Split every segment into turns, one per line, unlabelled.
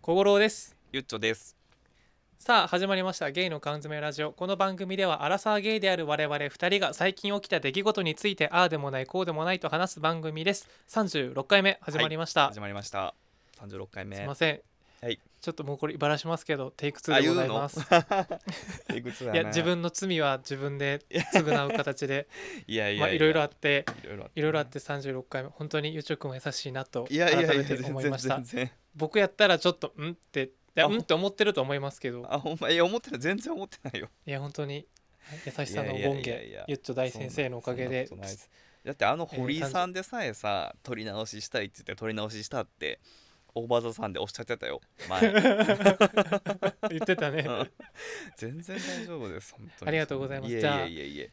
小五郎です
ゆっちょです。
さあ始まりましたゲイの缶詰ラジオこの番組ではアラサーゲイである我々2人が最近起きた出来事についてああでもないこうでもないと話す番組です36回目始まりました、
始まりました。三十六回目。
すいません、
はい
ちょっともうこれバラしますけどテイク2でございますい
あ言うのいくつだね
や自分の罪は自分で 償う形で
いやいや
まあいろいろあって
いろいろあって
いろいろあって36回目本当にゆうちょくんは優しいなと
いやい
改
やいや
めて
全然
思いました
全然
僕やったらちょっとんっていや
あ
うんって思ってると思いますけど
あほんまいや思ってない全然思ってないよ
いや本当に優しさの
いやい
権
やいやいや
化ゆっちょ大先生のおかげで
そんなそんなことないすだってあの
えー
堀井さんでさえさ撮り直ししたいって言って撮り直ししたってオーバーザさんでおっしゃってたよ前
言ってたね、
うん全然大丈夫です本当に
ありがとうございます
や
じゃあ
いやいやい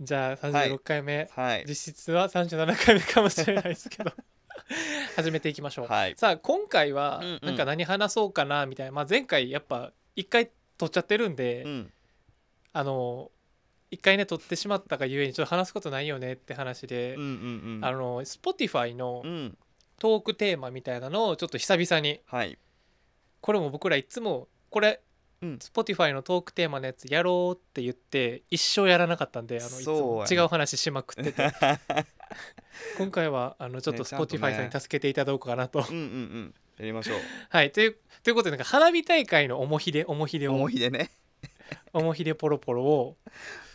じゃあ
は
36
い
回目、
やはい
実質は37回目かもしれないですけど 始めていきましょう、
はい
さあ今回は
うんうん
なんか何話そうかなみたいな、まあ、前回やっぱ1回撮っちゃってるんで、
うん
あの1回ね撮ってしまったがゆえにちょっと話すことないよねって話で、
うんうんうん
あの Spotify の
うん
トークテーマみたいなのをちょっと久々に
はい
これも僕らいつもこれ、
うん
Spotify のトークテーマのやつやろうって言って一生やらなかったんであのいつも
そう
違
やね
う話しまくって て今回はあのちょっと
ねちゃんと
Spotify さんに助けていただこうかなと。
うんうんうんやりましょう
はいというということでなんか花火大会のおもひでおもひでを
思い出ね
おもひでポロポロを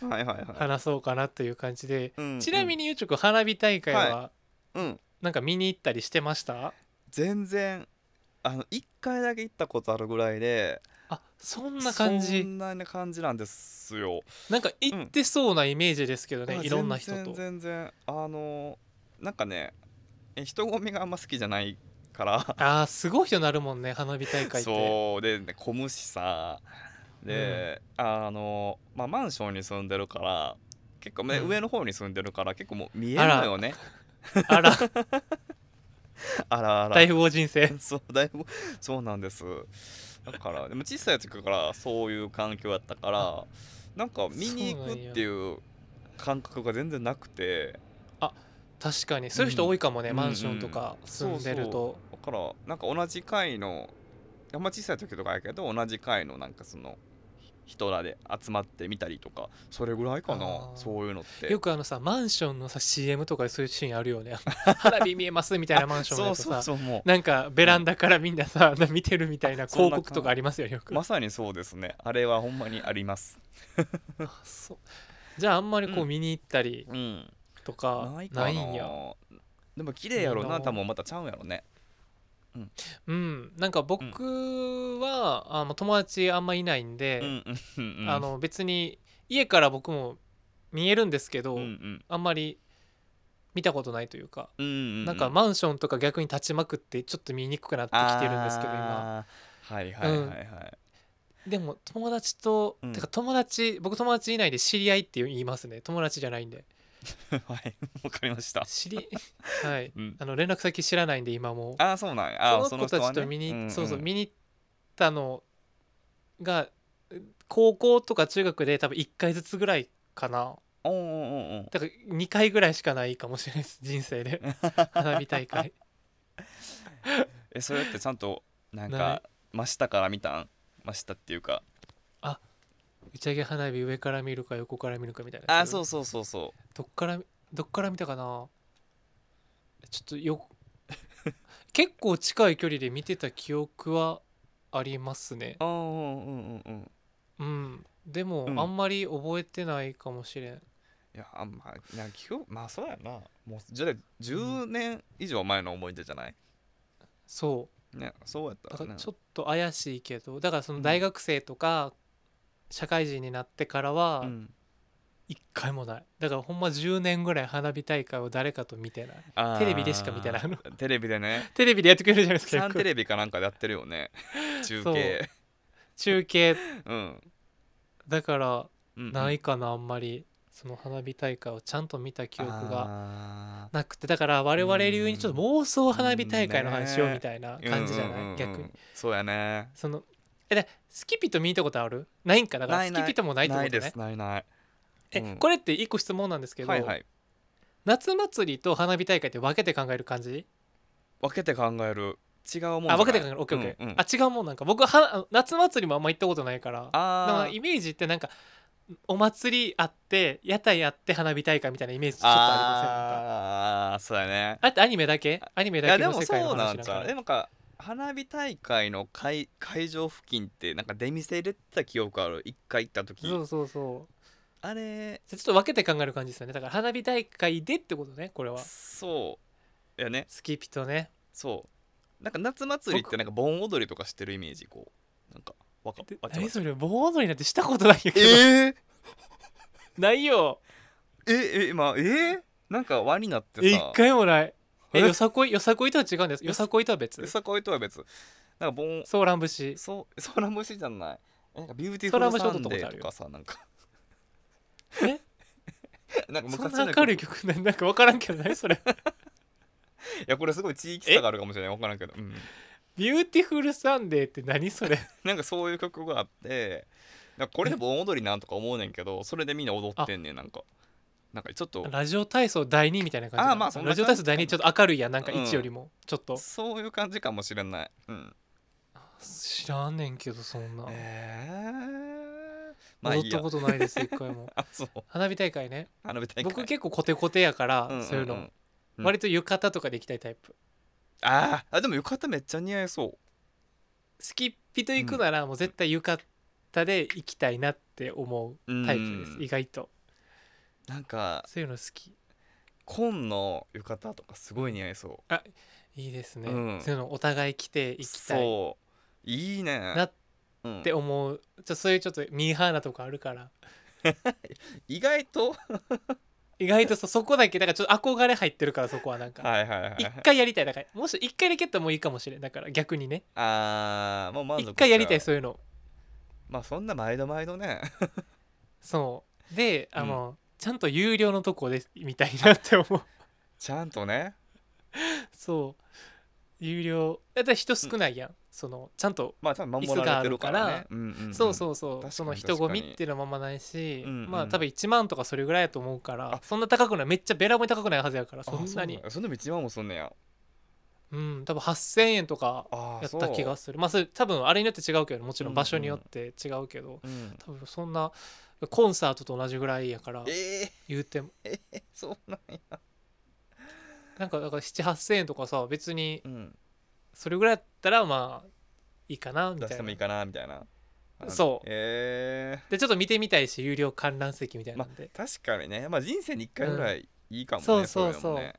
はいはいはい
話そうかなという感じで、
うんうん
ちなみにゆうちょくん花火大会は
うん
なんか見に行ったりしてました、
全然あの1回だけ行ったことあるぐらいで
あそんな感
そ
じ
んな感じなんですよ、
なんか行ってそうなイメージですけどね、
まあ
いろんな人
全然
と。
全然あのなんかねえ人混みがあんま好きじゃないから
あーすごい人なるもんね花火大会って
そうで、ね、小虫さで、あのまあマンションに住んでるから結構、ね
うん
上の方に住んでるから結構もう見えるのよね
あら
あらあら
大富豪人生
そうだいぶそうなんですだからでも小さい時からそういう環境やったからなんか見に行くっていう感覚が全然なくて
確かにそういう人多いかもね、
うん
マンションとか住んでると、
だからなんか同じ階のあんま小さい時とかやけど同じ階のなんかそのひ人らで集まってみたりとかそれぐらいかな
あー
そういうのって
よくあのさマンションのさ CM とかでそういうシーンあるよね花火見えますみたいなマンション
そ
だ
う
と
そう
さ
そうも
なんかベランダからみんなさ、見てるみたいな
そん
広
な
告とかありますよねよ
う
く、
まさにそうですねあれはほんまにあります
あそうじゃああんまりこう
うん
見に行ったり
うん
とか
ないかな
ないんや、
でも綺麗やろ
いいな
な多分またちゃうんやろね
うんなんか僕は、あまあ友達あんまいないんで、
うんうんうんうん
あの別に家から僕も見えるんですけど、
うんうん
あんまり見たことないというか、
うんうんう
なんかマンションとか逆に立ちまくってちょっと見にくくなってきてるんですけど今
あーはいはいはいはい、
でも友達と、
うん
てか友達僕友達いないで知り合いって言いますね友達じゃないんで
はいわかりました、
知り はい
うん、
あの連絡先知らないんで今も
ああそうなんやあー
その子た
人は
ち
ね
と見に、
んん
そうそう見に行ったのが高校とか中学で多分1回ずつぐらいかな
おんおんおんおん
だから2回ぐらいしかないかもしれないです人生 で花火大会
えそれってちゃんとなん
な
か真下から見たん真下っていうか
打ち上げ花火上から見るか横から見るかみたいな
あーそううそうそうそ
どっからどっから見たかなちょっとよ 結構近い距離で見てた記憶はありますね
ううんうんうんうんうん
うんでも、
うん
あんまり覚えてないかもしれん
いやあんまあなんか記憶まあそうやなもうじゃあ10年以上前の思い出じゃない、
そ
ねそうやっ
うだ
た
から
ね
ちょっと怪しいけどだからその大学生とか社会人になってからは
うん、
一回もないだからほんま10年ぐらい花火大会を誰かと見てないテレビでしか見てないあの
あーテレビでね
テレビでやってくれるじゃないですかよ
サン
く
テレビかなんかでやってる よね中継
中継
うん、
だから
うん、
ないかなあんまりその花火大会をちゃんと見た記憶が
が
なくてだから我々流にちょっと妄想花火大会の話を
ね
みたいな感じじゃない、逆に
そうやね
そのえだスキピと見たことあるないんかだから
ない
ス
ない
キピともないってこ
な
と
い
ね
ですないない
え、
うん
これって一個質問なんですけど、
はいはい
夏祭りと花火大会って分けて考える感じ
分けて考える違うもんじゃない
あ分けて考えるオッケーオッケー、
うんうん
あ違うもんなんか僕は夏祭りもあんま行ったことないからだか
あ
ら
ー
イメージってなんかお祭りあって屋台あって花火大会みたいなイメージちょっとありませんなんか
あーそうやね
あれってアニメだけアニメ
い
だ
や
け
で
の
も
世
そ
界の
うな
話
ん
だ
ち
か
ゃ
ら
うでもなんか花火大会の会会場付近ってなんか出店入れてた記憶ある一回行った時
そうそうそう
あれ
ちょっと分けて考える感じですよねだから花火大会でってことねこれは
そうやね
スキピとね
そうなんか夏祭りって
僕
なんか盆踊りとかしてるイメージこうなんかわか
で
わちゃわ
何
ち
そ
ゃ
れ盆踊りなんてしたことないんやけど、
えー、
ないよ
ええ今えー、なんか輪になって
え一
さ
回もないえ
え
よさこいよさこいとは違うんですよさこいとは別
よさこいとは別なんか盆
ソーラン 節
そうソーラムシじゃないなんかビューティフルサンデーとかさなんか
え
なんか
そん
昔
な
の
明るい曲ななんか分からんけど何 それ
いやこれすごい地域差があるかもしれない分からんけど、うん、
ビューティフルサンデーって何それ
なんかそういう曲があってなんかこれで盆踊りなんとか思うねんけどそれでみんな踊ってんねんなんかなんかちょっと
ラジオ体操第2みたいな感じかな
あーまあそんな
ラジ
感じ
オ体操第2ちょっと明るいやんなんか1よりも、ちょっと
そういう感じかもしれない、うん、
知らんねんけどそんな、
えー、まあい
踊っ
いや
たことないです一回 も
あそう
花火大会ね
花火大会
僕結構コテコテやから、
んんん
そういうの、
うん
割と浴衣とかで行きたいタイプ
あーあでも浴衣めっちゃ似合いそう
スキッピと行くならもう絶対浴衣で行きたいなって思うタイプです、
うん
意外と
なんか
そういうの好き
紺の浴衣とかすごい似合いそ
いいですね、
うん
そういうのお互い着て
う
行きたい
そういいね
なっ
うん
て思うちょそういうちょっとミーハーなとこあるから
意外と
意外とそそこだけだからちょっと憧れ入ってるからそこはなんか、
はいはいはいはい
一回やりたいだからもし一回だけやったらもういいかもしれんだから逆にね
あーもう満足
一回やりたい
しちゃ
そういうの
うまあそんな毎度毎度ね
そうであの、ちゃんと有料のとこでみたいなって思う
ちゃんとね
そう有料だって人少ないやん、そのちゃんと
まあ多分守られてるから
椅子がある
ね
か
うんうんん
そうそうそう、
確かに
その人混みっていうのはままないし、
うんうん
まあ多分1万とかそれぐらいやと思うから、
あ
そんな高くないめっちゃべらぼうに高くないはずやから
あ
そんなに
うそんな一万もすんねや
うん多分8,000円とか
ああ
やった気がするまあそれ多分あれによって違うけどもちろん場所によって違うけど、
うん
多分そんなコンサートと同じぐらいやから
ええ
言うても
そうなんや
なんかだから7,8,000円とかさ別に
うん
それぐらいやったらまあいいかなみ
出
た
し
い
ても
ない
いかなみたいな
そう
え
でちょっと見てみたいし有料観覧席みたい
え
な
まあ
んで、
確かにねまあ人生に一回ぐらいいいかもね
そうそう
れもね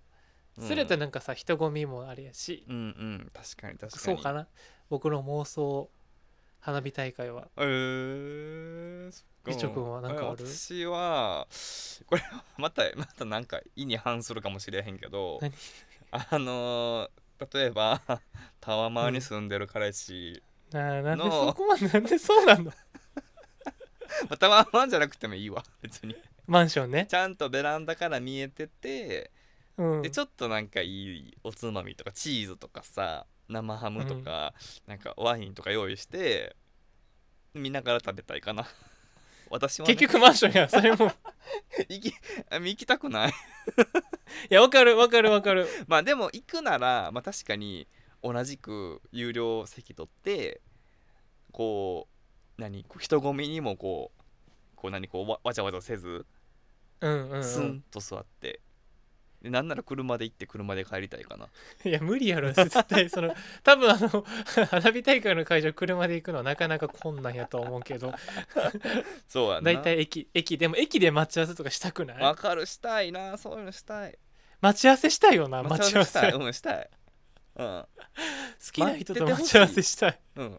うん
それやったらなんかさ人混みもあれやし、
うんうん確かに確かに
そうかな僕の妄想花火大会は
えー、そっか
みちょくんはなんかある
え私はこれはまたまたなんか意に反するかもしれへんけど
何
あのー例えばタワマンに住んでる彼 氏、
なあなんで
の
そこまでなんでそうな の
まあタワマンじゃなくてもいいわ別に
マンションね
ちゃんとベランダから見えてて、
うん
でちょっとなんかいいおつまみとかチーズとかさ生ハムとか、なんかワインとか用意して見ながら食べたいかな 私は、ね、
結局マンションやそれも い
行き 行きたくない
やわかるわかるわかる
まあでも行くなら、まあ、確かに同じく有料席取ってこう何こう人混みにもこうこう何こうわわちゃわちゃせず
うんうん、う
スン
ん、
と座って、でなんなら車で行って車で帰りたいかない
や無理やろ絶対その 多分あの花火大会の会場車で行くのはなかなか困難やと思うけど
そうやな
大体駅駅でも駅で待ち合わせとかしたくない
わかるしたいなそういうのしたい
待ち合わせしたいよな待ち合わ
したい
せ好
うんしたいうん
きな人と
待っててほしい
待ち合わせしたい
うん、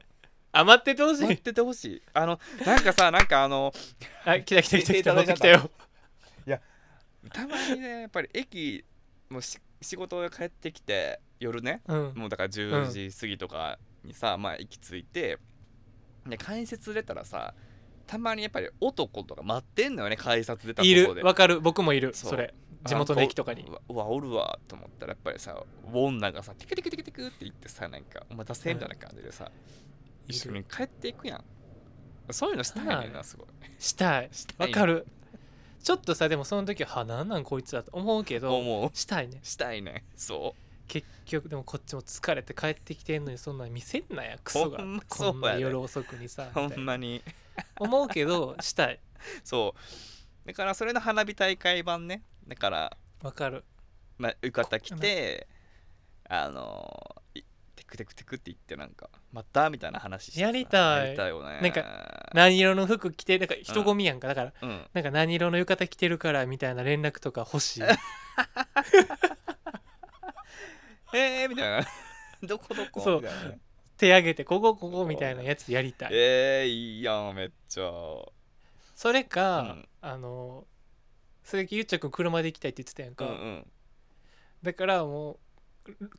あ待っててほし
待っ
い
ててほしいあのなんかさなんかあの
あ来た来た来た来
いた
た
だ
持
い
っ
ちゃ
てき
った
たよ
たまにねやっぱり駅もうし仕事で帰ってきて夜ね
うん
もうだから10時過ぎとかにさ、まあ行き着いてで改札出たらさたまにやっぱり男とか待ってんのよね改札出たとこ
い
で
るわかる僕もいる
そう
それ地元の駅とかに
あこううわうわおるわと思ったらやっぱりさウォンナがさテクテクテクテクって言ってさなんかお待たせみたいな感じでさ、
い
一緒
る
に帰っていくやんそういうのしたいねんなすごい
したい
した
わ
いね
かるちょっとさでもその時はあなんなんこいつだと思うけど
思う
したいね
したいねそ
結局でもこっちも疲れて帰ってきてんのにそんなん見せんなやクソが
ほんまそう
こ
やで
んな夜遅くにさ
ほ
みた
ん
いな
まに
思うけどしたい
そうだからそれの花火大会版ねだから、
わかる
まあ、浴衣着てあのいテクテクテクって言ってなんかまたみたいな話してさ
やりたい
やりたいよね
なん何色の服着てなんか人混みやんかだから
うん
なんか何色の浴衣着てるからみたいな連絡とか欲しい
えー、みたいなどこどこ
そう
みたいなね
手挙げてここここみたいなやつやりたい
えー、いいやんめっちゃ
それか
うん
あの鈴木ゆっちゃくん車で行きたいって言ってたやん
うんう
か
ん
だからもう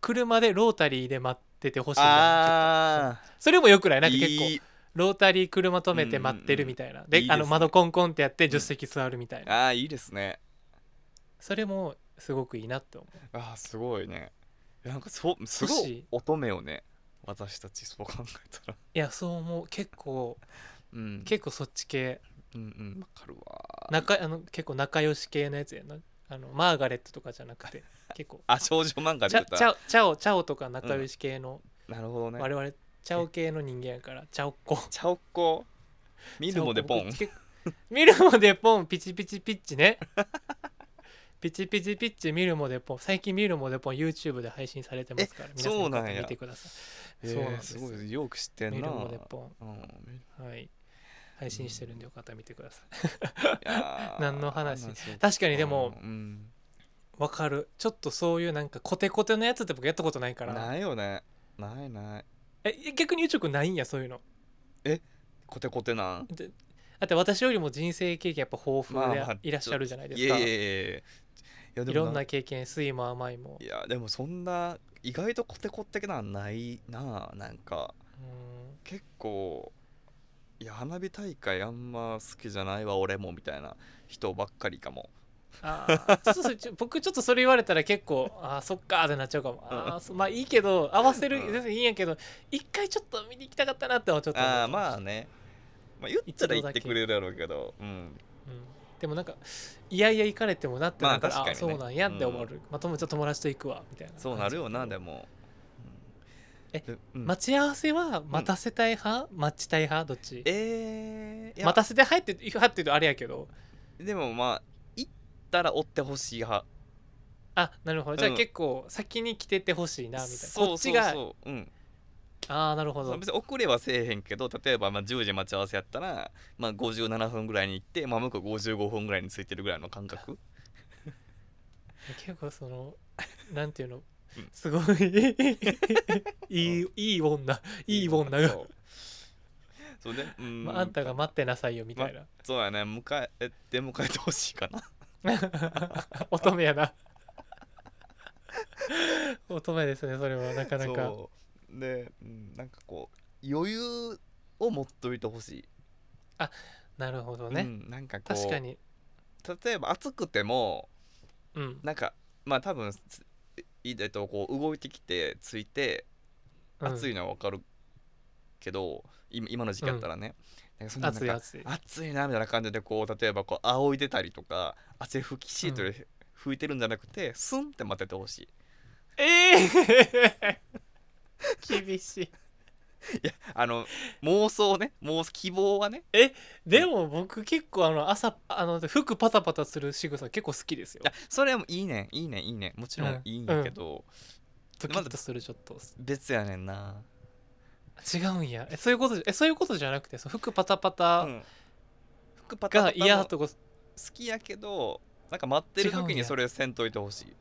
車でロータリーで待っててほしいな
ああ
それもよくないなんか結構
いい
ロータリー車止めて待ってるみたいな、で
いいです
あ
ね
の窓コンコンってやって
ん
助手席座るみたいな、
あーいいですね
それもすごくいいなって思う
あーすごいねいやなんかそうすご
欲し
い
い
乙女よね私たちそう考えたら
いやそう思う結構
うん
結構そっち系
うんうんわかるわ
仲あの結構仲良し系のやつやなあのマーガレットとかじゃなく て結構
あ少女漫画
チャ
出
チャ
た
オチャオチャオとか仲良し系の、
なるほどね
我々チャオ系の人間やからチャオっ子
チャオッコ見るもでポ
チャオ
ン
っ子結構見るもでポンピチピチピッチね ピチピチピッチ見るもでポン最近見るもでポン YouTube で配信されてますから皆さん
そう
よ
な
か
ん
っ
や
たら見てください
え
そうなん
ー
です
すごいよく知ってん
見
な
るもでポン
うん、い
はい配信してるんでよかったら見てください
やー
何の話
なんかそう
確かにでも
うん
わかるちょっとそういうなんかコテコテのやつって僕やったことないから
ないよねないない
え逆に宇宙くんないんやそういうの
コテコテなん
でだって私よりも人生経験やっぱ豊
まあ
富
まあ
でいらっしゃるじゃないです
い
か
やいやいやいやいや
い
で
ろ
も
んな経験酸いも甘いも
いやでもそんな意外とコテコテなんないなあなんか
うん
結構いや花火大会あんま好きじゃないわ俺もみたいな人ばっかりかも
あーちょっとそれちょ僕ちょっとそれ言われたら結構あーそっかーってなっちゃうかもあーそまあいいけど合わせる
うん
全然いいんやけど一回ちょっと見に行きたかったなってはちょっと思っ
あ
た
あまあね、まあ、言ったら言ってくれるだろうけどうん
うんでもなんかいやいや行かれてもなってなったら、
まあ
あ
確かにね
そうなんやって思う、
う
まあ友達と友達と行くわみたいな
そうなるよなで
も
も、
え
でうん
待ち合わせは待たせたい派、待ちたい派どっち
えー、いや
待たせて入って行く派っていうとあれやけど
でもまあ行ったら追ってほしい派
あなるほどじゃあ
うん
結構先に来ててほしいなみたいな、こ
そ
っ
う
ち
そう
が
そううん
ああなるほ
そ
ど
う別に遅れはせえへんけど例えばまあ10時待ち合わせやったら、まあ、57分ぐらいに行って、まあ、向こう55分ぐらいについてるぐらいの感覚
結構そ のなんていうの
うん
すごいいいいい 女いい女が
そうそうね、うん
まあ、あんたが待ってなさいよみたいな、
そうやね迎えて迎えてほしいかな
乙女やな乙女ですねそれはなかなか
そうで、うん、なんかこう余裕を持っといてほし
なるほど
い、う
ね、
んなんかこう
確かに
例えば暑くても
うん
なんかまあ多分ついえっとこう動いてきてついて暑い
い
のは分かるけど、今今の時期やったらね、なんかそんななん
暑い
か
暑い
暑いなみたいな感じでこう例えばこう仰いでたりとか汗拭きシートで拭いてるんじゃなくて、スンって待っててほしい
ええ 厳しい
いやあの妄想ね妄想希望はね
でも僕結構あの朝あの服パタパタする仕草結構好きですよ
いやそれもいいねんいいねんいいねんもちろ
うん
んいいんやけど、
ドキッとするちょっと
別やねんな、
違うんやえそういうことじゃえそういうことじゃなくてその服パタパ
う
タ
ん、服パタ
が
パタ
嫌
も好
とこ
きやけどなんか待ってる
違うん
時
や
にそれせんといてほしい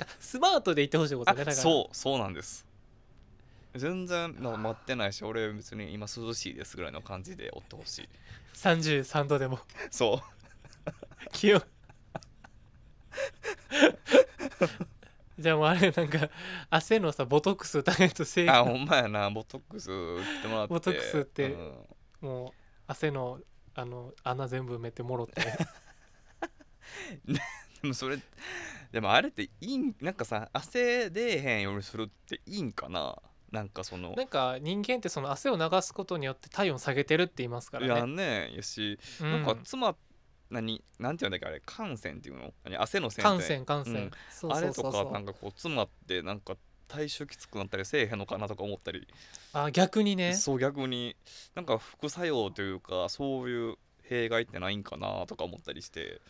あスマートで言ってほしいことねだから
あそうそうなんです全然まあ待ってないし俺別に今涼しいですぐらいの感じでおってほ しい
33度でも
そう
気温 じゃあもうあれなんか汗のさボトックス打たないと正
あほんまやなボトックス打ってもらって
ボトックス打って
うん
もう汗のあの穴全部埋めてもろって
でもそれでもあれっていいんなんかさ汗出えへんようにするっていいんかななんか その
なんか人間ってその汗を流すことによって体温下げてるって言いますからね
やんねんやし、
うん
なんか妻何なんていうんだっけあれ汗腺っていうの何汗の腺
感
って
染感染、
うん
そう
あ
そ
れ
う
と
そう
か
そう
なんかこう詰まってなんか体臭きつくなったりせえへんのかなとか思ったり
あ逆にね
そう逆になんか副作用というかそういう弊害ってないんかなとか思ったりして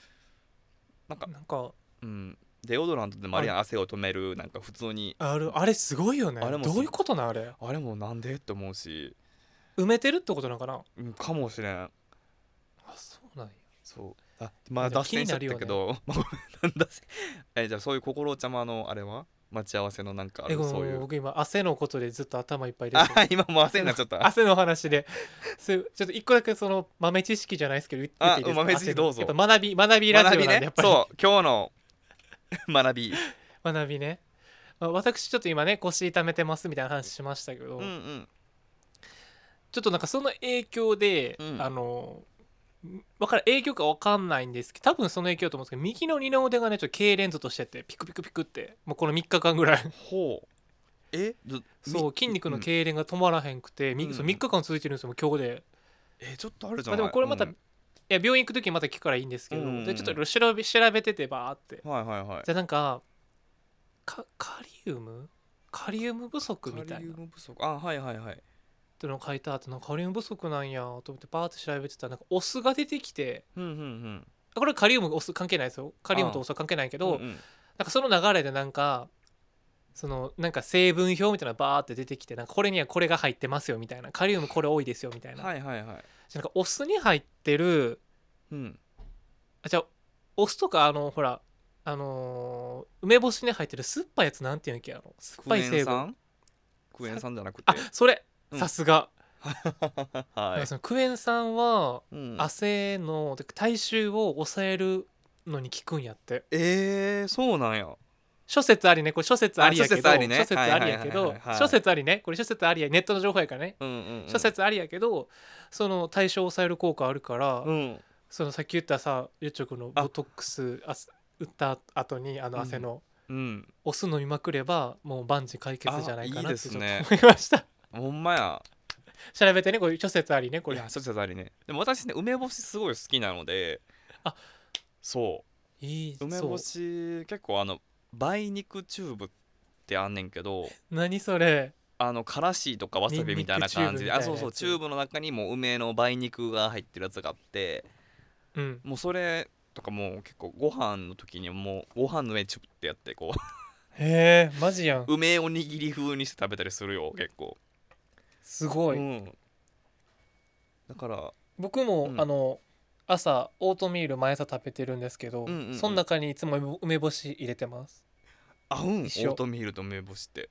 なんか、
なんか
うん、デオドラントでもあるやん汗を止めるなんか普通に
あるあれすごいよね
あれもす
どういうことなんあれ
あれもなんでって思うし、
埋めてるってことなんかな
うん、かもしれん
あそうなんや
そうあまあ
でも
脱線しちゃった
気に
け
なる
ど、まあ ごめん脱線えじゃあそういう心ちゃまのあれは待ち合わせのなんかあ
え
る
ごめん
そういう
僕今汗のことでずっと頭いっぱい出て
あ
る
今もう汗になっちゃっ た
汗の話でそうちょっと一個だけその豆知識じゃないですけど言っ言
あ
っていいですか
豆知
汗
識
の
どうぞ
やっぱ学び学びラジオ
学
なん
び
で、
ね
やっぱり
そう今日の 学び
学びね、まあ、私ちょっと今ね腰痛めてますみたいな話しましたけど、
うんうん
ちょっとなんかその影響で、
うん
あのわから影響かわかんないんですけど多分その影響だと思うんですけど右の二の腕がねちょっと痙攣ずっとしててピクピクピクってもうこの3日間ぐらい
ほうえど
そう
み
筋肉の
ん
痙攣が止まらへんくて、み
うん
そう3日間続いてるんですよもう今日で、
えちょっとあるじゃ
まあ、
ない、
でもこれまた、
うん
いや病院行く時にまた聞くからいいんですけど、
うん
でちょっと調べ調べててバーって
はいはいはい
じゃあなんかかカリウムカリウム不足みた
カ
い
リ
な
ウム不足あはいはいはい
ってのが書いてあってなんかカリウム不足なんやと思ってバーって調べてたらなんかお酢が出てきて
うんうんうん
あこれカリウムお酢関係ないですよカリウムとお酢は関係ないけど、
うんうん
なんかその流れでなんかそのなんか成分表みたいなのバーって出てきてなんかこれにはこれが入ってますよみたいなカリウムこれ多いですよみたいな,、
はいはいはい
なんかお酢に入ってる
うん
あじゃあお酢とかあのほらあのー梅干しに入ってる酸っぱいやつなんていうんやっけやろ酸っ
ク
ぱい
エ
成分
ン酸クエン酸じゃなくて
あそれ
うん
さすが、なん
は
かそのクエン酸は
い、うん、
汗のてか体臭を抑えるのに効くんやって
えー、そうなんや
諸説ありねこれ諸説ありやけど
あ諸説ありね
諸説ありやけ
はい
ど
はいはいはいはい
諸説ありねこれ諸説ありやネットの情報やからね
うんうん、うん、
諸説ありやけどその体臭を抑える効果あるから、
うん
そのさっき言ったさゆっちょくんの
あ
ボトックスあす打った後にあの汗の、
うん
お酢飲みまくればもう万事解決じゃないかなってちょっと
あいいですね
思いました、
ほんまや
調べてねこれ諸説ありねこ
い
れ
や諸説ありねでも私ね梅干しすごい好きなので
あ
そ
いいう
梅
そ
干し結構あの梅肉チューブってあんねんけど
う何それ
あのからしとかわさびみたいな感じで
ニンニクチューブみたいなや
あ
つ
そうそうチューブの中にもう梅の梅肉が入ってるやつがあって
うん
もうそれとかもう結構ご飯の時にもうご飯の上にチュッってやってこ
へえマジやん
う 梅おにぎり風にして食べたりするよ結構
すごい、
うんだから
僕も、
うん
あの朝オートミール毎朝食べてるんですけど、
うんうんうん
その中にいつも梅梅干し入れてます
合うんオ
一緒
ートミールと梅干しって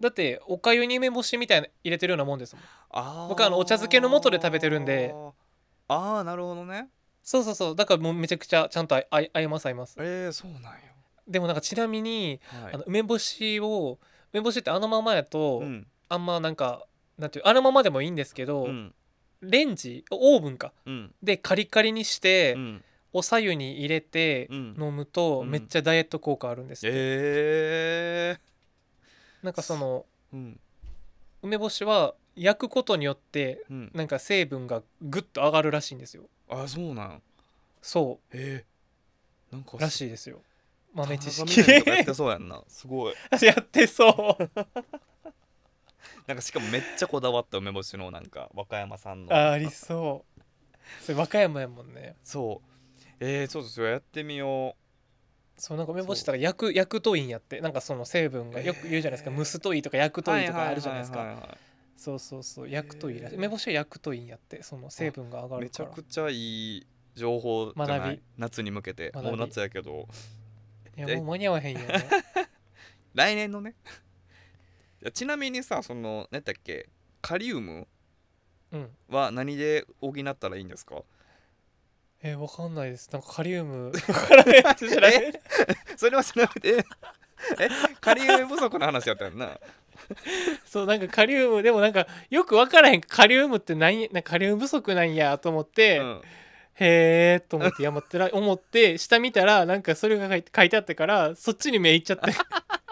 だっておかゆに梅干しみたいな入れてるようなもんですもん
あー
僕はあのお茶漬けの素で食べてるんで
ああなるほどね
そうそうそうだからもうめちゃくちゃちゃんとあいあい合います合います
えー、そうなんや、
でもなんかちなみに、
はい
あの梅干しを梅干しってあのままやと、
うん
あんまなんかなんていうあのままでもいいんですけど、
うん
レンジオーブンか
うん
でカリカリにして、
うん
おさゆに入れて
うん
飲むと、
うん
めっちゃダイエット効果あるんですって、
え
なんかその
ー、うん
梅干しは焼くことによって
うん
なんか成分がグッと上がるらしいんですよ
あそうなん
そ
えー、なんか
うらしいですよ豆知識
田中みな実とかやってそうやんな すごい
やって そう
なんかしかもめっちゃこだわった梅干しのなんか和歌山さんの
あありそうそれ和歌山やもんね
そうえー、そうですよやってみよ
そうなんか梅干しとか焼く焼くといいんやってなんかその成分がよく言うじゃないですか、
えー
蒸すといいとか焼く
う
といいとかあるじゃないですか、
ははは
そうそうそう焼くといいらしい、
えー
梅干しは焼くといいんやってその成分が上が
め
る
ち
か
ゃ
ら
くちゃいい情報じゃな
学
い
び
夏に向けて
学び
もう夏やけど
いやもう間に合わへんよ ね
来年のねいやちなみにさその何だっけカリウム
うん
は何で補ったらいいんで すか
えー、わかんないですなんかカリウム わから ないやつじゃない
それは調べてえカリウム不足の話やったよな
そうなんかカリウムでもなんかよく分からへんカリウムってなんやなんかカリウム不足なんやと思って、
うん
へえと思ってやまってら 思って下見たらなんかそれが書いて書いてあったからそっちに目いっちゃって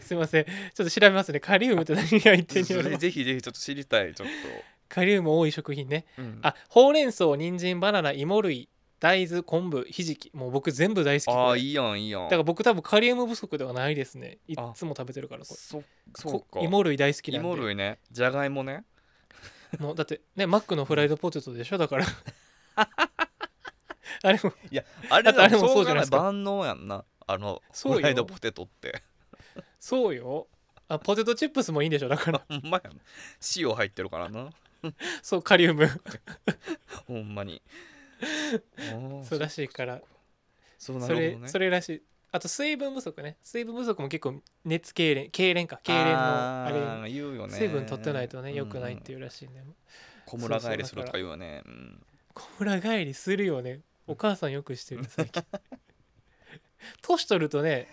すいませんちょっと調べますねカリウムって何が言ってんやろ
ぜひぜひちょっと知りたいちょっと
カリウム多い食品ね
うん
あほうれん草人参バナナ芋類大豆昆布ひじきもう僕全部大好き
あ
こ
ー
れ
いいやんいいやん
だから僕多分カリウム不足ではないですねいっ
あ
つも食べてるからこれ
そそう
こ
か
芋類大好きなんで
芋類ねじゃがいもね
もうだってねマックのフライドポテトでしょだ からあれも
あれ
だっ
だ
てあれも
そ
そうじ
うじ
ゃ
ゃ
ないで
ない
すか
万能やんなあの
そうよ
フライドポテトって
そうよあポテトチップスもいいんでしょだから
ほんまやな塩入ってるからな
そうカリウム
ほん まにあー
そうらしいから
そうな
そ
る
れ
ほどね
それらしいあと水分不足ね水分不足も結構熱痙攣痙攣か痙攣のあれ
ー言うよね
水分取ってないとね良くないって
いう
いうらしいね
小村帰りするとか言うよねうん
小村帰りするよねお母さんよくしてる最 近年取るとね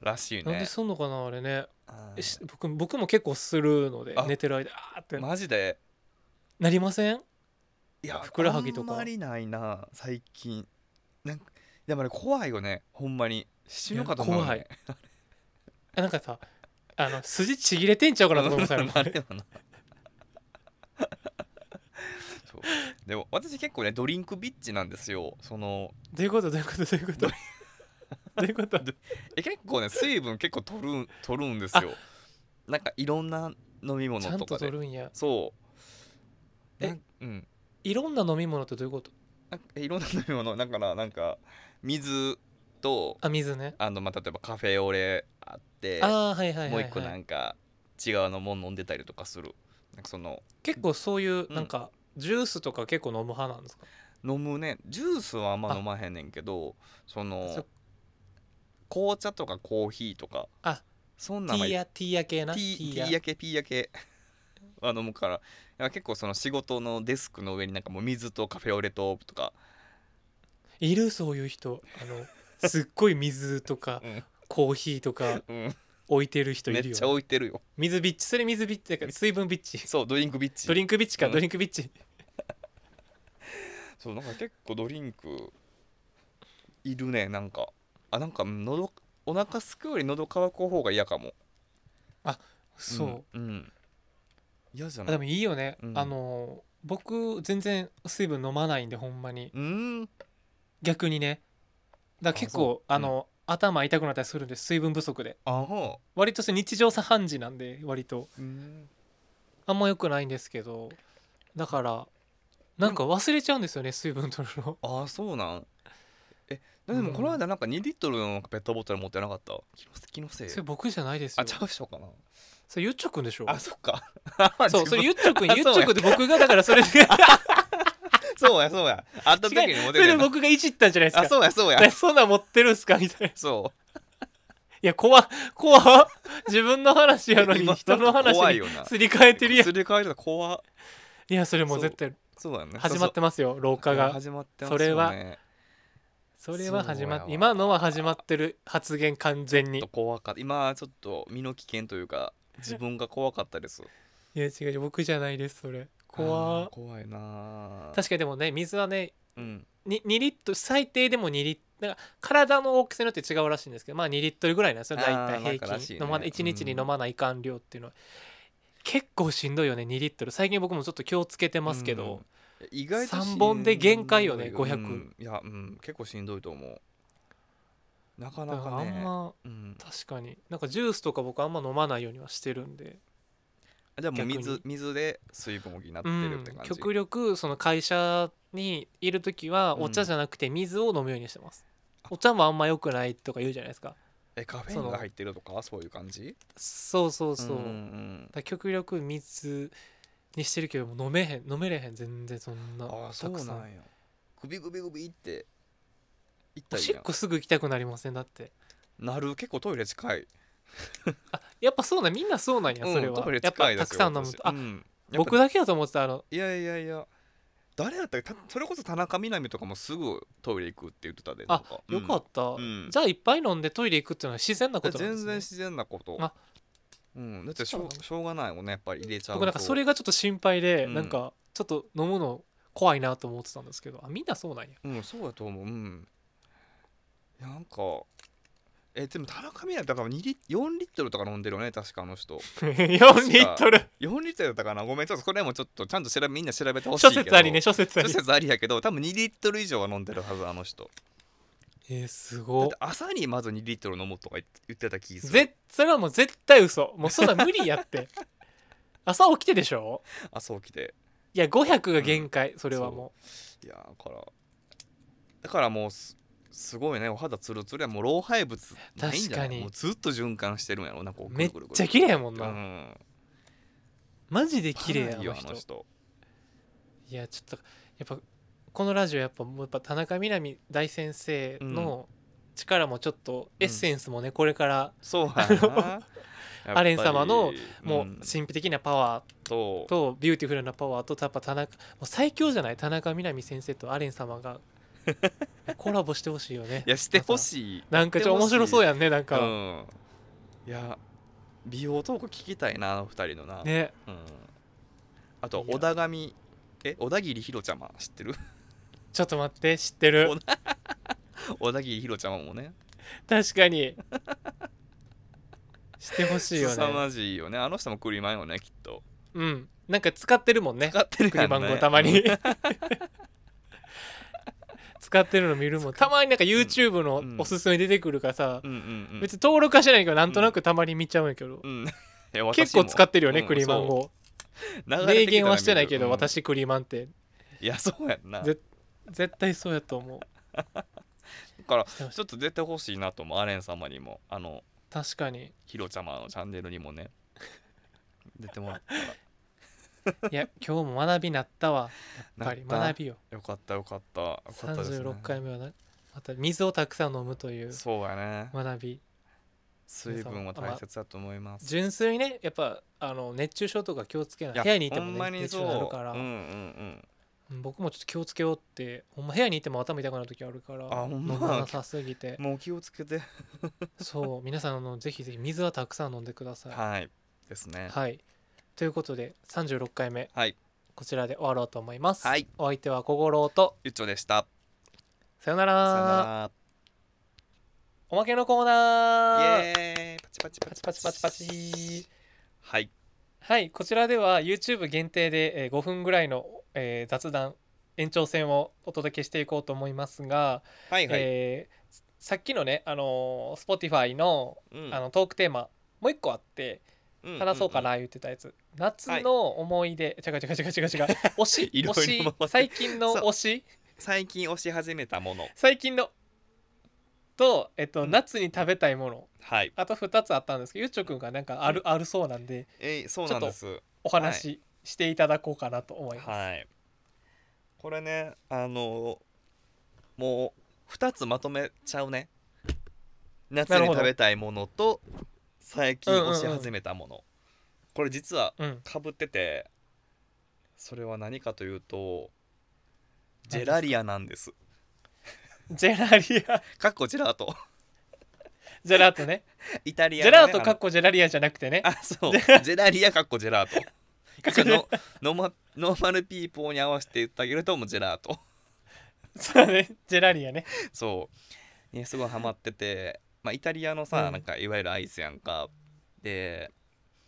らしい
なんで
ね
すんのかなあれね
あ
え
ー
し僕僕も結構するので
あ
寝てる間あーって
マジで
なりません
いや
ふくらはぎとか
あんまりないな最近なんかでもあれ怖いよねほんまに死ぬかと思うよね、
いやあなんかさあの筋ちぎれてんちゃうかなと思います よ
なるよなそうでも私結構ねドリンクビッチなんですよその
どういうことどういうことどういうことどういうこと
え結構ね水分結構取るん取るんですよなんかいろんな飲み
ち
物
ゃん
と
と
か
取
で
るんや
そう
え
なんうん
いろんな飲み物ってどういうこと
なんかえいろんな飲み物だからなんか水と
あ水ね
あの、まあ、例えばカフェオレあって
ああはいはいはい、はい、
もう一個なんか違うのもん飲んでたりとかするなんかその
結構そういう
うん
なんか、ジュースとか結構飲む派なんですか
飲むねジュースはあんま
あ
飲まへんねんけどそ
そ
の紅茶とかコーヒーとか
あ
そん
テ
なん
ィ
は
ーヤ
テ
ティーヤ系な
ィー
ティーヤ
やけピーやけは飲むからだから結構その仕事のデスクの上になんかもう水とカフェオレととか、
いるそういう人あのすっごい水とか
うん
コーヒーとか
うん
置いてる人
め
い
っ
るよ
ちゃ置いてるよ
水ビッチそれ水ビッチだから水分ビッチ
そうドリンクビッチ
ドリンクビッチか、
うん
ドリンクビッチ
そうなんか結構ドリンクいるねなんかあなんかうん喉お腹すくより喉乾く方が嫌かも
そう、
うん、うん嫌じゃ
あ
な
で
い
もいいよね、
うん
あの僕全然水分飲まないんでほんまに
うん
逆にねだから結構あ
あそううん
の、頭痛くなったりするんで水分不足で
あほ
割とそれ日常茶飯事なんで割と
ううん
あんま良くないんですけどだからなんか忘れちゃうんですよね水分取るの
あそうなんえでも
うん
この間なんか2リットルのなんかペットボトル持ってなかった気のせ気のせい
それ僕じゃないですよ
あちゃう人かな
それゆっちょくんでしょ
あそっか
そう、それゆっちょくん、
あ
ゆっちょくんって僕がだからそれで、
そうやそうやあった時に
違う
持っ
そ
てた
れで
やな
僕がいじったんじゃないです
あ
か。
そうやそう
だから
や
そんなん持ってるんすかみたいな。い
そ
や、怖っ怖っ自分の話やのに
今
人の話
怖い
に
よな
すり替え
う
てるやん。
すり替えてた怖っ
いや、それもう絶対
そうだよね
始まってますよ、廊
そ
下
うそう
が。
始まってます
そ
よね
れはそれは始まっ
そうやわ
今のは始まってる発言完全
ちょ
に
っと。怖かった今はちょっと身の危険というか自分が怖かったです
いや、違う、僕じゃないです、それ。怖
あー
っ
怖いなー
確かにでもね、水はね、
うん
に2リットル、最低でも2リットル。なんか体の大きさによって違うらしいんですけどまあ2リットルぐらいなんですよ
あ
大
ー
体
なん
平
からし
均
いね
飲まない1日に
うん
飲まないかん量っていうのは、結構しんどいよね2リットル最近僕もちょっと気をつけてますけど、
うん、意外としんどい
三本で限界よね500
うんいやうん結構しんどいと思うなか
だ
な
から
か
あ
ね
んま
うん、
確かになんかジュースとか僕あんま飲まないようにはしてるんで、
じゃあもう水
逆
水で水分を補ってる
う
っ
ん
て感、じ、
極力その会社にいる時はお茶じゃなくて水を飲むようにしてます、
うん
お茶もあんま良くないとか言うじゃないですか
えカフェインが入ってるとかそういう感じ
そうそうそう、
ん
だか
ん
ら極力水にしてるけども飲めへん飲めれへん全然そんな
うん、ああそ
た
う
くさ
なんんやグビグビグビっていっ
お
たり
しっこすぐ行きたくなりませんだって
なる結構トイレ近い
あやっぱそうなんみんなそうなんやそれ
うん、
は、
トイレ
やっ
近
ぱ
いで
た
す
く
よ
さん飲む
私
とあ、
うんやっぱ
僕だけだと思ってたあの
いやいやいや誰だったかたそれこそ田中みな実とかもすぐトイレ行くって言ってたで
あ
とか
よかった、
ん
じゃあいっぱい飲んでトイレ行くっていうのは自然な
う
こ
ん
となんで
全
す、
然
ね、
自然なこと
あ
うん、だってし
そう
ょ
な
うしょうがないもんねやっぱり入れちゃうと
僕なんかそれがちょっと心配で、
うん
なんかちょっと飲むの怖いなと思ってたん ですけどあみんなそうなんや
うんそうやと思ううんいやなんかえでも田中みな実だから2リ4リットルとか飲んでるよね確かあの人
4リットル
4リットルだったかなごめんちょっとこれもちょっとちゃんと調べみんな調べてほしい
諸
けど
説ありね諸説あ
諸
り
説ありやけど多分2リットル以上は飲んでるはずあの人
えー、す
だっ
ご
て朝にまず2リットル飲むとか言って言ってた気する
ぜそれはもう絶対嘘もうそんな無理やって 朝起きてでしょ
朝起きて
いや500が限界、それはも
いやーだからだからもうすすごいねお肌ツルツルやもう老廃物ないんじゃな
確か
い
に
もうずっと循環してるんやろなんかこ
う
う
めっ
ぐるぐるぐる
ちゃ綺麗やもん
う
な、
ん
マジで綺麗や
かな
あ
りよ
の
あの
人
人
いやちょっとやっぱこのラジオやっぱもうやっぱ田中みな実大先生の力もちょっと、
うん
エッセンスもねこれから
そうやなやっぱり
アレン様のもうん神秘的なパワ
と
ーとビューティフルなパワーとやっぱ田中もう最強じゃない田中みな実先生とアレン様 がコラボしてほしいよね
いやしてほしい
なんかちょっと面白そうやんねなん
う
か、
んいや美容トーク聞きたいなあの二人のな、
ね
うん、あと
いや
小田上え小田切ひろちゃま知ってる
ちょっと待って知ってる
お小田切ひろちゃまもね
確か にしてほしいよ
凄
ね
まじいよねあの人もクリマンよねきっと
うんなんか使ってるもんね
使ってる
送り
やんね
番号たまに 使ってるの見るもんたまになんか YouTube の
うん
おすすめ出てくるからさ、
うんうんうん
別に登録はしてないけどなんとなくたまに見ちゃうんやけど、
うん、い や私も
結構使ってるよね、
うん
クリマンを
そ
明
う流れてきたら見る
言はしてないけど、
うん
私クリマンって
いやそうやんな
ぜ絶対そうやと思 う
から
してほし
ちょっと出てほしいなと思うアレン様にもあの
確かに
ひろちゃまのチャンネルにもね出てもらっ
いや今日も学びなったわや
た
っぱり
なった
学びよ
よかったよかったよかったですね
36回目はなまた水をたくさん飲むという
そうやね
学び
水分は大切だと思います
純粋にねやっぱあの熱中症とか気をつけない
いや
部屋にいても、
ほん
ね、
まに
熱
そ
中
う
症になるから、
うんうんうん
うん僕もちょっと気をつけようってほんま部屋にいても頭痛くなる時あるから
あほんま
飲まなさすぎて
もう気をつけて
そう皆さんあのぜひぜひ水はたくさん飲んでください。は
はいですね
い、ということで36回目
はい
こちらで終わろうと思います。
はい
お相手は小五郎と
ゆっちょでした
さよな
さ
ら
よな
おまけのコーナー
らイエーイパチパチパ
パチ
チ
パチパチパチ
はい
はいこちらでは YouTube 限定で、えー5分ぐらいの、えー雑談延長戦をお届けしていこうと思いますが、
はいはい
えーさっきのね、あのー Spotify の
うん
あのトークテーマもう一個あって
んんん
話そう かな言ってたやつ、夏の思い出、違う違う違う違う違う推し
いろいろ
推し
回って
最近の
そう
推し
最近推し始めたもの
最近のと、えっと
うん
夏に食べたいもの
はい
あと2つあったんですけどゆっちょくんがなんかある,、あるそうなんで
えーそうなんです
お話ししていただこうかなと思います。
はいこれねあのもう2つまとめちゃうね夏
なる
に
ほど
食べたいものと最近
うんうんうん
推し始めたもの、これ実は
うん、
かぶっててそれは何かというと
何ですか
ジェラリアなんです
ジェラリア
かっこジェラート
ジェラートね
イタリア
ジェラート
あの
かっこジェラリアじゃなくてね
あそうジェラリアかっこジェラート 一応のノーマノーマルピーポーに合わせて言ってあげるともうジェラート
そうねジェラリアね
そう、ね、すごいハマってて、まあ、イタリアのさ、
うん
なんかいわゆるアイスやんかで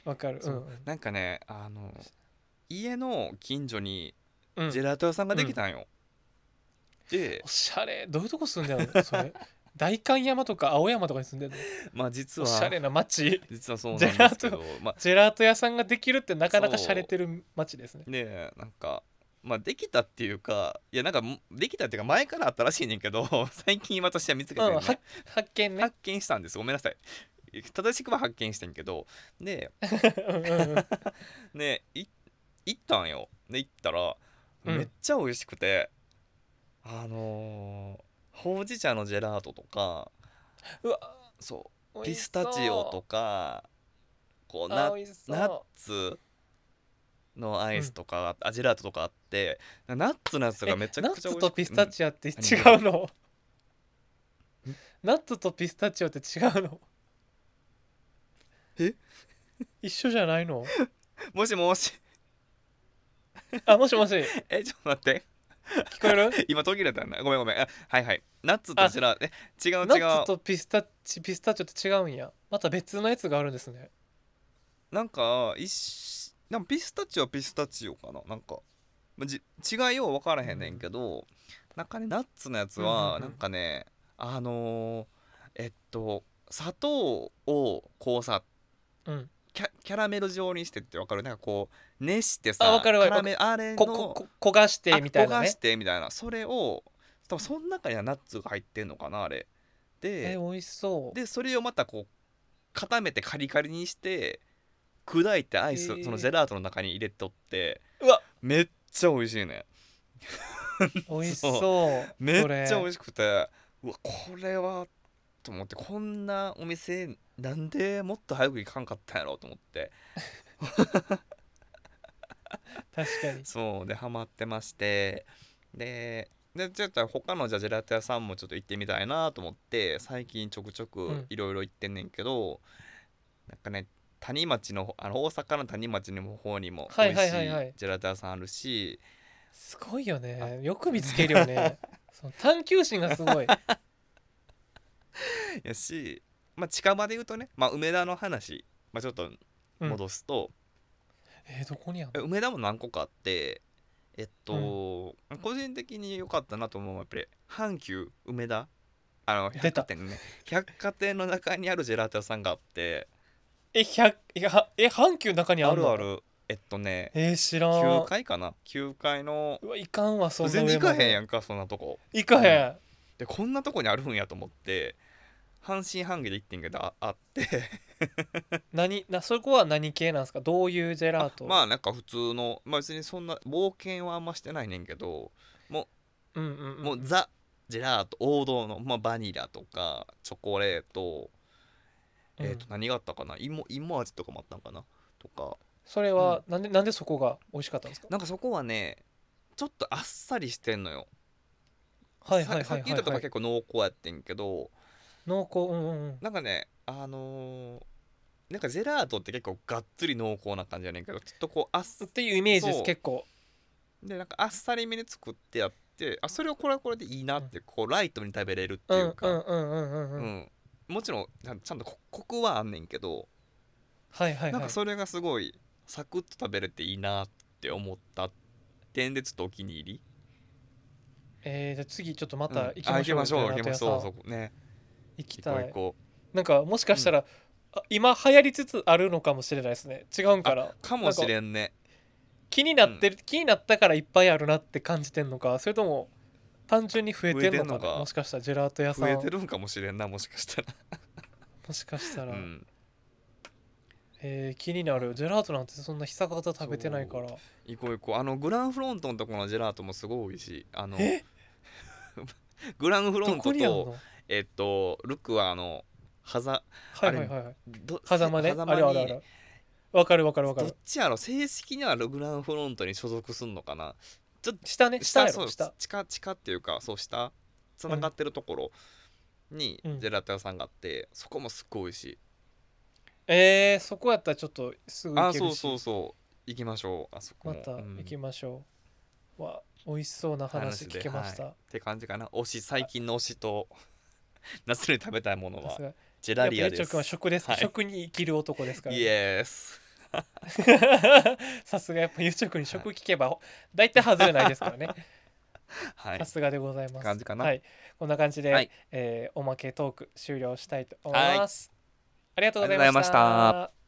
わかるう
そうん
うん
なんかねあの家の近所に
うん
ジェラート屋さんができたんよ、で
おしゃれどういうとこ住んでるのそれ 代官山とか青山とかに住んでる
まあ実
のお
は
しゃれな町
実はそうなんですけどまあ
ジェラート屋さんができるってなかなか洒落てる町ですね
でなんかまあできたっていうかいやなんかもできたっていうか前からあったらしいねんけど 最近私は見つけて、
うん
ね
発発見ね
発見したんですごめんなさい正しくは発見してんけどで
うんうんうん
ねい行ったんよで行ったら
うん
めっちゃ美味しくて、あのーほうじ茶のジェラートとか
うわ
そ
美
う
味
ピ
し
ス
そう
タチオとかこう
あ
ナ
美味しそう
ナッツのアイスとか、あジェラートとかあってナッツのやつが
え
めちゃ
ナ
く
ッ
ちゃ美味し
ツ
く
とピスタチオって違うのナッツとピスタチオって違うの
え
一緒じゃないの
うんもしもし
あもしもし
えちょっと待って
聞こ える
今途切れたんだごめんごめんあはいはいナッツとシラえ違う
ナ
違
ッツ
う
とピスタチピスタチオって違うんやまた別のやつがあるんですね
なんか一しなんかピスタチオはピスタチオかななんかまじ違いよう分からへんねんけどなんかねナッツのやつ
う
は
んうんう
なんんかねあのーえっと砂糖をこうさ
うん
キャキャラメル状にしてってわかるなんかこう熱して
あ
さ
わかるわかる
キャラメルあれの
こここ焦がしてみたいな
あ焦が
ね
してみたいなそれを多分その中にはナッツが入ってんのかなあれで
えー、美味しそう
でそれをまたこう固めてカリカリにして砕いてアイス、
へー
そのジェラートの中に入れとって
うわ
めっちゃ美味しいね
美味しそう
めっちゃ美
味し
味しくてうわこれはと思ってこんなお店なんでもっと早く行かんかったんやろうと思って
確かに
そうでハマってましてででちょっと他のじゃあジェラート屋さんもちょっと行ってみたいなと思って最近ちょくちょ
うん
くいろいろ行ってんねんけど、なんかね谷町の方あの大阪の谷町の方にも
は
美
いは
味
い
しい
はいはい
ジェラート屋さんあるし、
すごいよねよく見つけるよ ねその探求心がすごい
やし、まあ、近場で言うとね、まあ、梅田の話、まあ、ちょっと
うん
戻すと、
えー、どこにある
え梅田も何個かあってえっと、個人的に良かったなと思うのはやっぱり阪急梅田あの
出
百
た
貨店ね百貨店の中にあるジェラート屋さんがあって
え百いやえ阪急の中にあ
あ
る
る
の
あるえっとね
えー、知らん
9階かな9階の
うわいかんわそんな
全然行かへんや
ん
んかそんなとこ
行かへん
でこんなとこにあるんやと思って半信半疑で行ってんけどああって
何なそこは何系なんですかどういうジェラート
まあなんか普通のまあ別にそんな冒険はあんましてないねんけど
うんうんうん
もうザ・ジェラート王道の、まあ、バニラとかチョコレート
うん
えー、と何があったかな芋芋味とかもあったんかなとか
それは、なんでなんでそこが美味しかったんですか
なんかそこはねちょっとあっさりしてんのよ、
はいはいはいはい、はい、
ささっき言ったとこは結構濃厚やってんけど
濃厚うんうんうん
なんかねあのーなんかジェラートって結構がっつり濃厚な感じやねんけどちょっとこうあっさ
っていうイメージで
そ
す
う
結構
でなんかあっさりめに作ってやってあそれをこれはこれでいいなってこうライトに食べれるって
う
い
ん
う
う
か、
んうんうんうんう
うんんもちろんちゃんちゃんとこコクはあんねんけど、
はいはいはい
なんかそれがすごいサクッと食べれていいなって思った点でちょっとお気に入り
えー、じゃあ次ちょっとま
うん
た
あ
行きましょうよ、
行きまし
ジェ
ょ
ラート屋
う
さん
そこね
行き
行こ
た
う
い
行こ
なんかもしかしたら、あ今流行りつつあるのかもしれないですね違うんから
うかもしれんね
気になってる、気になったからいっぱいあるなって感じてんのかそれとも単純に増えてんのか
増えてんのか
もしかしたらジェラート屋さ
増え
ん
てるんかもしれんなもしかしたら、
もしかした
う
ら、
ん、
えー気になるジェラートなんてそんな久方食べてないから
行こう行こうあのグランフロントのとこのジェラートもすごい美味しいあの
え
グランフロ
ど
ン
こ
ト
にあるの
とえっとルクはあのはざ
はいはいはいはい
ど
狭間ね
狭
あるあるあ
に
るわかるわかるわか
ど
る
っちやろ正式にはルグランフロントに所属すんのかな
下ね下や
そ
ろ
う
下
地下地下っていうかそう下つながってるところに
うん
ジェラート屋さんがあって、そこもすっごい美味しい、
えー、そこやったらちょっとすぐ行
あ
けるし
そうそうそう行きましょうあそこ
ま
も
た
うん
行き
っ
ましょう、わ美味しそうな話聞けました、
て感じかな推し最近の推しと 夏に食べたいもの
さ
は
すが
ジェラリ
や
ア
っぱ
で
り
す
君は食です、
はい
食に生きる男ですから、
イエス
さすがやっぱゆうちょくんに食聞けば大体外れないですからね
はい
さすがでございます
感じかな
はいこんな感じで、
はい
えーおまけトーク終了したいと思います、ありがとうござい
ありがとうございました
ました